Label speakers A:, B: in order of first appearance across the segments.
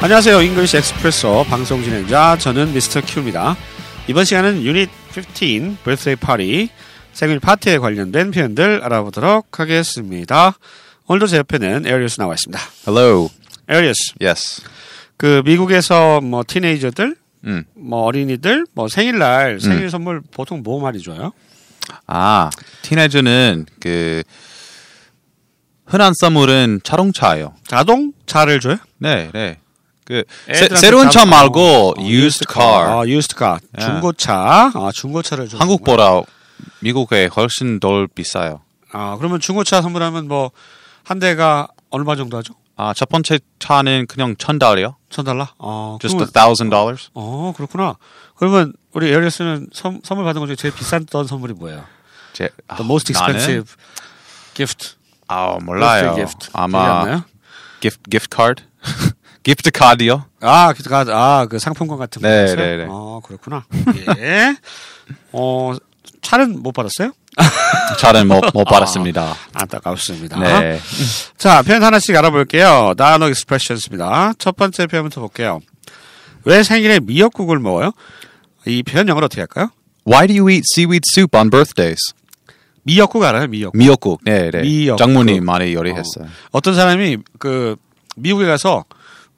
A: 안녕하세요. 잉글리시 엑스프레소 방송 진행자 저는 미스터 큐입니다. 이번 시간은 유닛 15 birthday party 생일 파티에 관련된 표현들 알아보도록 하겠습니다. 오늘도 제 옆에는 에리어스 나와 있습니다.
B: Hello.
A: 에리어스,
B: Yes.
A: 그 미국에서 뭐 티네이저들,
B: 음.
A: 뭐 어린이들, 뭐 생일날 생일 선물 보통 뭐 많이 줘요?
B: 아, 티네즈는 그 흔한 선물은 자동차예요.
A: 자동차를 줘요?
B: 네, 네. 그 새,
A: 애들한테
B: 새로운 차
A: 자동-
B: 말고
A: 어,
B: used car.
A: 아, used car.
B: 예.
A: 중고차. 아, 중고차를 줘.
B: 한국보다 미국에 훨씬 덜 비싸요.
A: 아, 그러면 중고차 선물하면 뭐 한 대가 얼마 정도 하죠?
B: 아, 첫 번째 차는 그냥 천 달러요.
A: 천 달러? 어,
B: Just
A: 그러면,
B: a thousand dollars.
A: 어, 그렇구나. 그러면 우리 에어리스는 선, 선물 받은 것 중에 제일 비싼던 선물이 뭐예요?
B: 제 아,
A: The most
B: 나는
A: expensive gift.
B: 아, 몰라요.
A: birthday gift. 기억이 안
B: 아마
A: 나요?
B: gift gift card. gift card요?
A: 아, 그, 가- 아, 그 상품권 같은 거.
B: 네,
A: 있어요?
B: 네, 네.
A: 어, 그렇구나. 예. 어, 차는 못 받았어요?
B: 잘은
A: 아.
B: 못못 받았습니다.
A: 안타깝습니다.
B: 네.
A: 자, 표현 하나씩 알아볼게요. 단어 익스프레션스입니다. 첫 번째 표현부터 볼게요. 왜 생일에 미역국을 먹어요? 이 표현 영어로 어떻게 할까요?
B: Why do you eat seaweed soup on birthdays?
A: 미역국 알아요? 미역국.
B: 미역국. 네, 네.
A: 미역국.
B: 장모님 많이 요리했어요.
A: 어떤 사람이 그 미국에 가서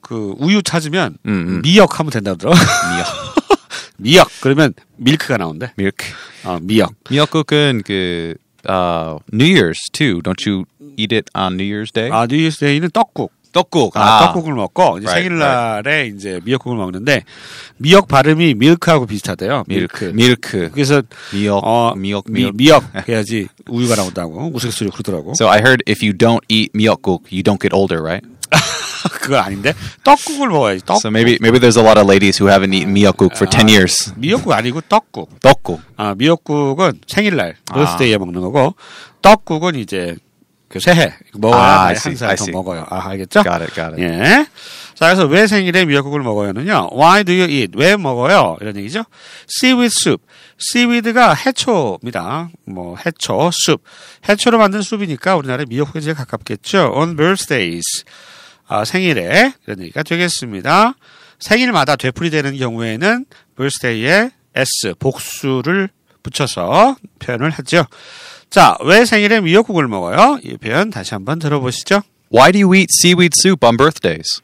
A: 그 우유 찾으면
B: 음, 음.
A: 미역 하면 된다 더라
B: 미역.
A: 미역 그러면 밀크가 나온대.
B: 밀크.
A: 어, 미역.
B: 미역국은 그 아, New Year's too. Don't you eat it on New Year's Day?
A: 아 뉴이스데이는 떡국.
B: 네. 떡국.
A: 아, 떡국을 먹고 이제
B: Right,
A: 생일날에 이제 미역국을 먹는데 미역 발음이 밀크하고 비슷하대요.
B: 밀크.
A: 밀크.
B: 밀크.
A: 그래서
B: 미역.
A: 어,
B: 미역.
A: 미,
B: 미역.
A: 미역 해야지 우유가 나온다고 우스갯소리 그러더라고.
B: So I heard if you don't eat 미역국, you don't get older, right?
A: 그건 아닌데 떡국을 먹어야지. 떡
B: So maybe maybe there's a lot of ladies who haven't eaten 미역국 for 10 years.
A: 미역국 아니고 떡국.
B: 떡국.
A: 아 미역국은 생일날
B: 아.
A: 버스데이에 먹는 거고 떡국은 이제 그 새해
B: 아,
A: 먹어야
B: I
A: 한
B: see,
A: 살
B: I
A: 더
B: see.
A: 먹어요. 아 알겠죠?
B: Got it. Got it.
A: 예. 자 그래서 왜 생일에 미역국을 먹어요는요. Why do you eat? 왜 먹어요? 이런 얘기죠. Seaweed soup. Seaweed가 해초입니다. 뭐 해초 soup. 해초로 만든 숲이니까 우리나라 미역국에 제일 가깝겠죠. On birthdays. 아, 생일에 이런 얘기가 되겠습니다. 생일마다 되풀이되는 경우에는 birthday에 s 복수를 붙여서 표현을 하죠. 자, 왜 생일에 미역국을 먹어요? 이 표현 다시 한번 들어보시죠.
B: Why do you eat seaweed soup on birthdays?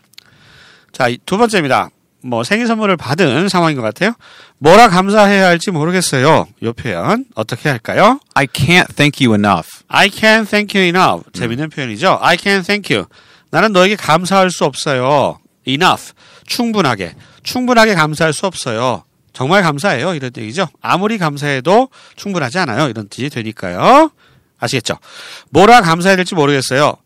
A: 자, 이두 번째입니다. 뭐 생일 선물을 받은 상황인 것 같아요. 뭐라 감사해야 할지 모르겠어요. 이 표현 어떻게 할까요?
B: I can't thank you enough.
A: I can thank you enough. 재밌는 표현이죠. I can thank you. 나는 너에게 감사할 수 없어요. Enough. 충분하게. 충분하게 감사할 수 없어요. 정말 감사해요. 이런 얘기죠. 아무리 감사해도 충분하지 않아요. 이런 뜻이 되니까요. 아시겠죠? 뭐라 감사해야 될지 모르겠어요.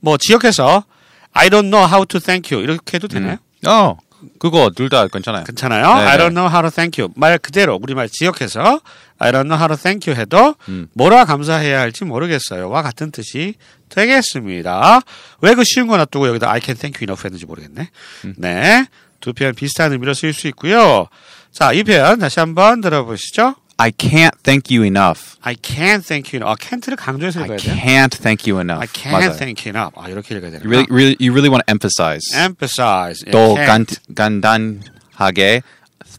A: 뭐 지역에서 I don't know how to thank you. 이렇게 해도 되나요?
B: 어, 그거 둘 다 괜찮아요.
A: 괜찮아요.
B: 네,
A: I
B: 네.
A: don't know how to thank you. 말 그대로 우리말 지역해서 I don't know how to thank you 해도
B: 음.
A: 뭐라 감사해야 할지 모르겠어요와 같은 뜻이 되겠습니다. 왜 그 쉬운 거 놔두고 여기다 I can thank you enough 했는지 모르겠네.
B: 음.
A: 네. 두 표현 비슷한 의미로 쓰일 수 있고요. 자, 이 표현 다시 한번 들어보시죠.
B: I can't thank you enough.
A: I can't thank you enough. 아, can't를 강조해서
B: I
A: 읽어야 돼요.
B: can't thank you enough.
A: I can't
B: 맞아요.
A: thank you enough. 아, 이렇게 읽어야 되나?
B: You really, really, you really want to emphasize.
A: emphasize. 예,
B: 또
A: can't.
B: 간, 간단하게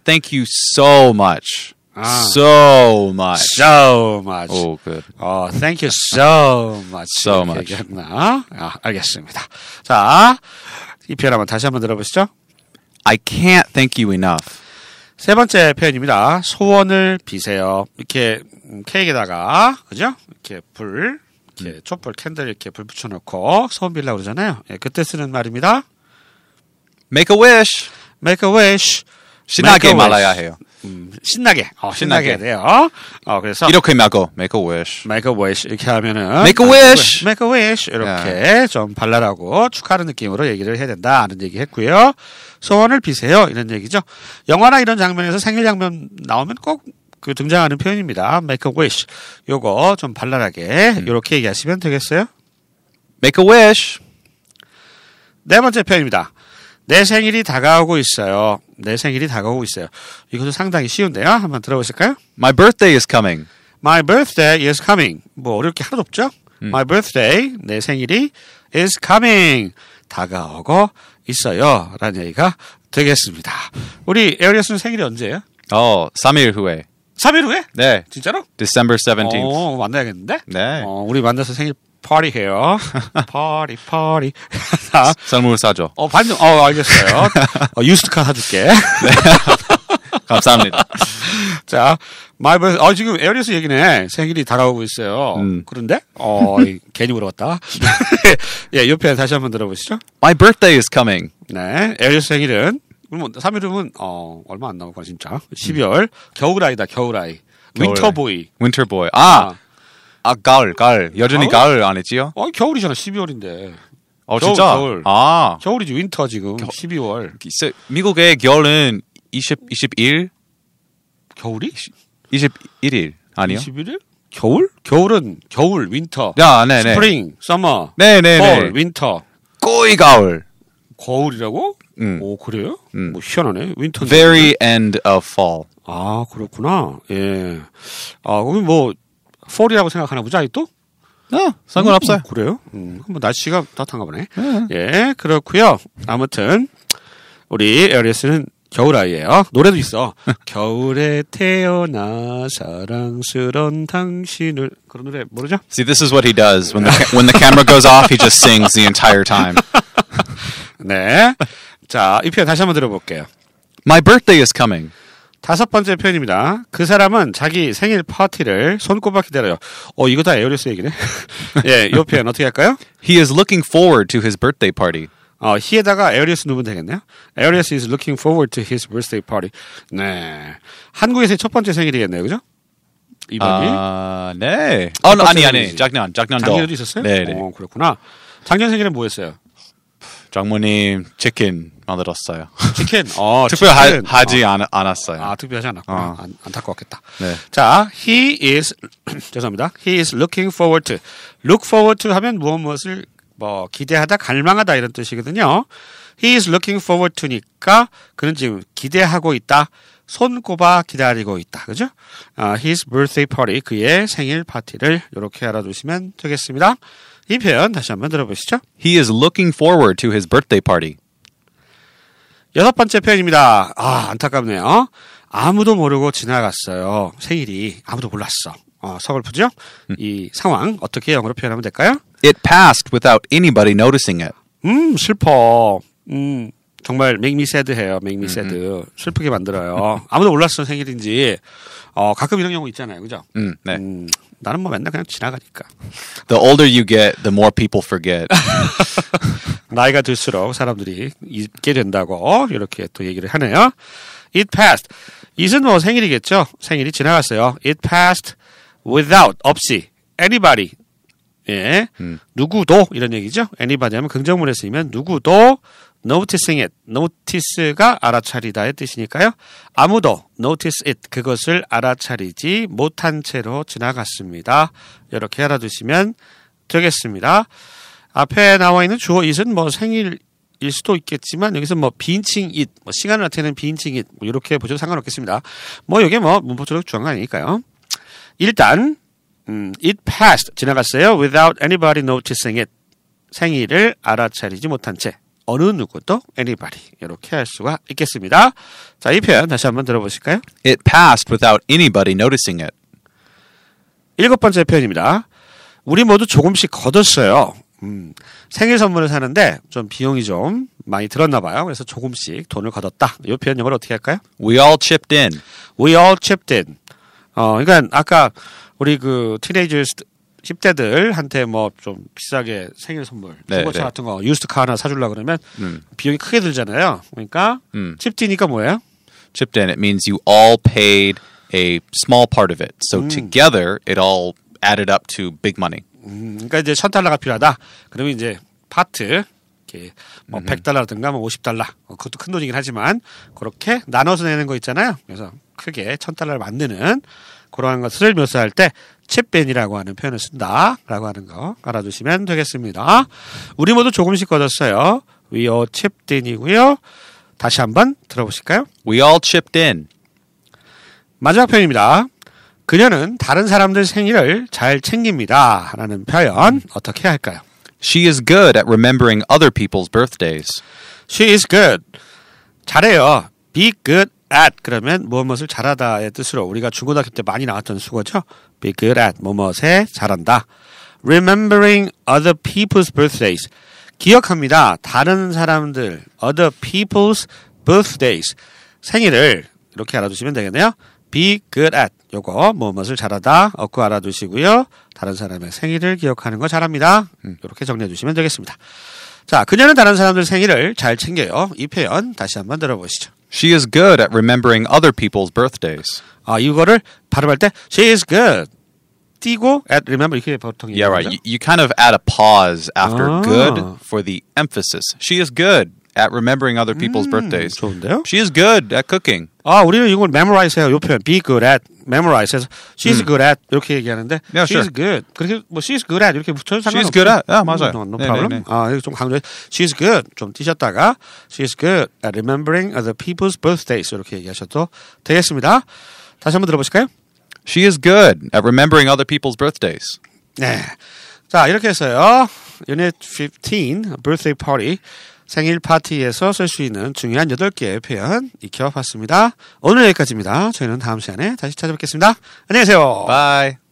B: thank you so much,
A: 아.
B: so much.
A: Ah. so much.
B: Oh, good.
A: 어, thank you so much.
B: So
A: 이렇게
B: much.
A: 얘기했나? 아, 알겠습니다. 자, 이 표현 한번 다시 한번 들어보시죠.
B: I can't thank you enough.
A: 세 번째 표현입니다. 소원을 비세요. 이렇게 음, 케이크에다가 그죠? 이렇게 불,
B: 음.
A: 이렇게 촛불 캔들 이렇게 불 붙여놓고 소원 빌라 그러잖아요. 예, 그때 쓰는 말입니다.
B: Make a wish.
A: Make a wish. Make
B: 신나게
A: a wish.
B: 말아야 해요.
A: 음, 신나게. 어, 신나게,
B: 신나게.
A: 해야 돼요. 어, 그래서
B: 이렇게 말고 make a wish.
A: Make a wish 이렇게 하면은 어?
B: Make a wish.
A: Make a wish 이렇게 좀 발랄하고 축하하는 느낌으로 얘기를 해야 된다는 얘기 했고요. 소원을 비세요 이런 얘기죠. 영화나 이런 장면에서 생일 장면 나오면 꼭 그 등장하는 표현입니다. Make a wish 요거 좀 발랄하게
B: 음.
A: 이렇게 얘기하시면 되겠어요.
B: Make a wish.
A: 네 번째 표현입니다. 내 생일이 다가오고 있어요. 내 생일이 다가오고 있어요. 이것도 상당히 쉬운데요. 한번 들어보실까요?
B: My birthday is coming.
A: My birthday is coming. 뭐 어려울 게 하나도 없죠? My birthday, 내 생일이 is coming. 다가오고 있어요. 라는 얘기가 되겠습니다. 우리 에어리어스는 생일이 언제예요?
B: 어, 3일 후에.
A: 3일 후에?
B: 네.
A: 진짜로?
B: December 17th.
A: 어, 만나야겠는데?
B: 네.
A: 어, 우리 만나서 생일 파티해요. 파티, 파티. 자,
B: 선물 사줘.
A: 어, 반전, 어, 알겠어요. 어, 유스카 사줄게.
B: 감사합니다.
A: 자, 마이 벌, 어, 지금 에어리어스 얘기네. 생일이 다가오고 있어요.
B: 음.
A: 그런데? 어, 이- 괜히 물어봤다. 예, 옆에 다시 한번 들어보시죠.
B: My birthday is coming.
A: 네, 에어리어스 생일은, 뭐, 3일이면, 어, 얼마 안 남았구나, 진짜. 12월. 겨울아이다, 겨울아이.
B: 겨울아이.
A: 윈터보이.
B: Winter boy. Ah.
A: Ah.
B: 아, 아 가을, 가을. 여전히
A: Oh.
B: 가을, 안 했지요?
A: 어, 겨울이잖아, 12월인데.
B: 어,
A: 겨울,
B: Oh, 진짜? Ah.
A: 겨울.
B: 아,
A: 겨울이지, 윈터 지금. 12월.
B: 서- 미국의 겨울은 20, 21,
A: 겨울이?
B: 21일 아니요?
A: 21일? 겨울? 겨울은 겨울, 윈터.
B: 야, 네, 네.
A: 스프링, 서머,
B: 네, 네,
A: 폴,
B: 네.
A: 윈터.
B: 거의 가을.
A: 거울이라고?
B: 음.
A: 오 그래요?
B: 음.
A: 뭐 희한하네. 윈터.
B: Very end of fall.
A: 아 그렇구나. 예. 아 그럼 뭐 폴이라고 생각하나 보자 이 또?
B: 어, 상관없어요.
A: 음, 그래요? 음, 그럼 뭐 날씨가 따뜻한가 보네. 예 그렇고요. 아무튼 우리 에어리스는 겨울 아이예요. 노래도 있어. 겨울에 태어나 사랑스런 당신을 그런 노래 모르죠?
B: See, this is what he does when the when the camera goes off. He just sings the entire time.
A: 네. 자, 이 표현 다시 한번 들어볼게요.
B: My birthday is coming.
A: 다섯 번째 표현입니다. 그 사람은 자기 생일 파티를 손꼽아 기다려요. 어, 이거 다 에어리스 얘기네. 예, 이 표현 어떻게 할까요?
B: He is looking forward to his birthday party.
A: 어, he에다가 에어리스 넣으면 되겠네요. Arius is looking forward to his birthday party. 네. 한국에서의 첫 번째 생일이겠네요. 그죠? 이번이.
B: 아, 네. 어, no, 아니 아니.
A: 생일이지.
B: 작년, 작년 더.
A: 작년에도 있었어요?
B: 네, 네.
A: 어, 그렇구나. 작년 생일은 뭐 했어요?
B: 장모님 치킨 만들었어요.
A: 치킨. 어, 치킨.
B: 특별하지 않 않았어요.
A: 아, 특별하지 않았구나.
B: 어.
A: 안, 안타까웠겠다.
B: 네.
A: 자, he is 죄송합니다. he is looking forward to. look forward to 하면 무엇 무엇을 뭐 기대하다 갈망하다 이런 뜻이거든요. he is looking forward to니까 그는 지금 기대하고 있다. 손꼽아 기다리고 있다. 그죠? 아, his birthday party 그의 생일 파티를 이렇게 알아두시면 되겠습니다. 이 표현 다시 한번 들어보시죠.
B: He is looking forward to his birthday party.
A: 여섯 번째 표현입니다. 아, 안타깝네요. 아무도 모르고 지나갔어요. 생일이 아무도 몰랐어. 어, 서글프죠? 이 상황 어떻게 영어로 표현하면 될까요?
B: It passed without anybody noticing it.
A: 음, 슬퍼. 음, 정말 make me sad 해요. make me sad. 슬프게 만들어요. 아무도 몰랐어, 생일인지. 어, 가끔 이런 경우 있잖아요. 그죠?
B: 음, 네.
A: 음, 나는 뭐 맨날 그냥 지나가니까.
B: Mm, The older you get, the more people forget.
A: 나이가 들수록 사람들이 잊게 된다고 이렇게 또 얘기를 하네요. It passed. it은 뭐 생일이겠죠. 생일이 지나갔어요. It passed without 없이 anybody 예 누구도 이런 얘기죠. anybody 하면 긍정문에 쓰이면 누구도 noticing it notice가 알아차리다의 뜻이니까요. 아무도 notice it 그것을 알아차리지 못한 채로 지나갔습니다. 이렇게 알아두시면 되겠습니다. 앞에 나와 있는 주어 it은 뭐 생일일 수도 있겠지만 여기서 뭐 빈칭 it, 뭐 시간을 나타내는 빈칭 it 뭐 이렇게 보셔도 상관없겠습니다. 뭐 이게 뭐 문법적으로 중요한 거 아니니까요. 일단 음, it passed 지나갔어요. without anybody noticing it 생일을 알아차리지 못한 채 어느 누구도 anybody 이렇게 할 수가 있겠습니다. 자, 이 표현 다시 한번 들어보실까요?
B: It passed without anybody noticing it.
A: 일곱 번째 표현입니다. 우리 모두 조금씩 걷었어요. 음, 생일 선물을 사는데 좀 비용이 좀 많이 들었나 봐요. 그래서 조금씩 돈을 걷었다. 이 표현 영어로 어떻게 할까요?
B: We all chipped in.
A: We all chipped in. 어, 그러니까 아까 우리 그 티네이저스 10대들한테 뭐 좀 비싸게 생일 선물,
B: 네,
A: 중고차
B: 네.
A: 같은 거 유스트카 하나 사주려고 그러면 비용이 크게 들잖아요. 그러니까
B: 음.
A: 칩디니까 뭐예요?
B: Chipped in. It means you all paid a small part of it. So together, it all added up to big money.
A: 음, 그러니까 이제 천 달러가 필요하다. 그러면 이제 파트 이렇게 뭐 100달러라든가 뭐 50달러 그것도 큰 돈이긴 하지만 그렇게 나눠서 내는 거 있잖아요. 그래서 크게 천 달러를 만드는 그러한 것을 묘사할 때 칩벤이라고 하는 표현을 쓴다라고 하는 거 알아두시면 되겠습니다. 우리 모두 조금씩 걷었어요. 위어 칩댄이고요. 다시 한번 들어보실까요?
B: We all chipped in.
A: 마지막 표현입니다. 그녀는 다른 사람들 생일을 잘 챙깁니다. 라는 표현 어떻게 할까요?
B: She is good at remembering other people's birthdays.
A: She is good. 잘해요. Be good at 그러면 무엇무엇을 잘하다의 뜻으로 우리가 중고등학교 때 많이 나왔던 수거죠. Be good at 무엇에 잘한다. Remembering other people's birthdays. 기억합니다. 다른 사람들 other people's birthdays 생일을 이렇게 알아두시면 되겠네요. Be good at 요거 무엇무엇을 잘하다 얻고 알아두시고요. 다른 사람의 생일을 기억하는 거 잘합니다. 이렇게 정리해 주시면 되겠습니다. 자, 그녀는 다른 사람들 생일을 잘 챙겨요. 이 표현 다시 한번 들어보시죠.
B: She is good at remembering other people's birthdays.
A: 아, 이거를 발음할 때 she is good. 띄고 at remember 이렇게 보통
B: Yeah, right.
A: 얘기하죠.
B: You, you kind of add a pause after
A: Ah.
B: good for the emphasis. She is good at remembering other people's birthdays.
A: 음, 좋은데요?
B: She is good at cooking.
A: 아, 우리는 이걸 memorize 해요. 요 표현 be good at memorize 해서 she's good at 이렇게 얘기하는데
B: 음. Yeah,
A: she's
B: sure.
A: good. 그렇게 뭐 she's good at 이렇게 붙여도 상관없어요.
B: She's good at. 아, 맞아요.
A: 음, no
B: 네,
A: problem.
B: 네, 네.
A: 아, 이거 좀 강조해. she's good 좀 띄셨다가 she's good at remembering other people's birthdays 이렇게 얘기하셔도 되겠습니다. 다시 한번 들어보실까요?
B: She is good at remembering other people's birthdays.
A: 네. 자, 이렇게 해서요. 유닛 15 birthday party 생일 파티에서 쓸 수 있는 중요한 8개의 표현 익혀봤습니다. 오늘 여기까지입니다. 저희는 다음 시간에 다시 찾아뵙겠습니다. 안녕히 계세요.
B: Bye.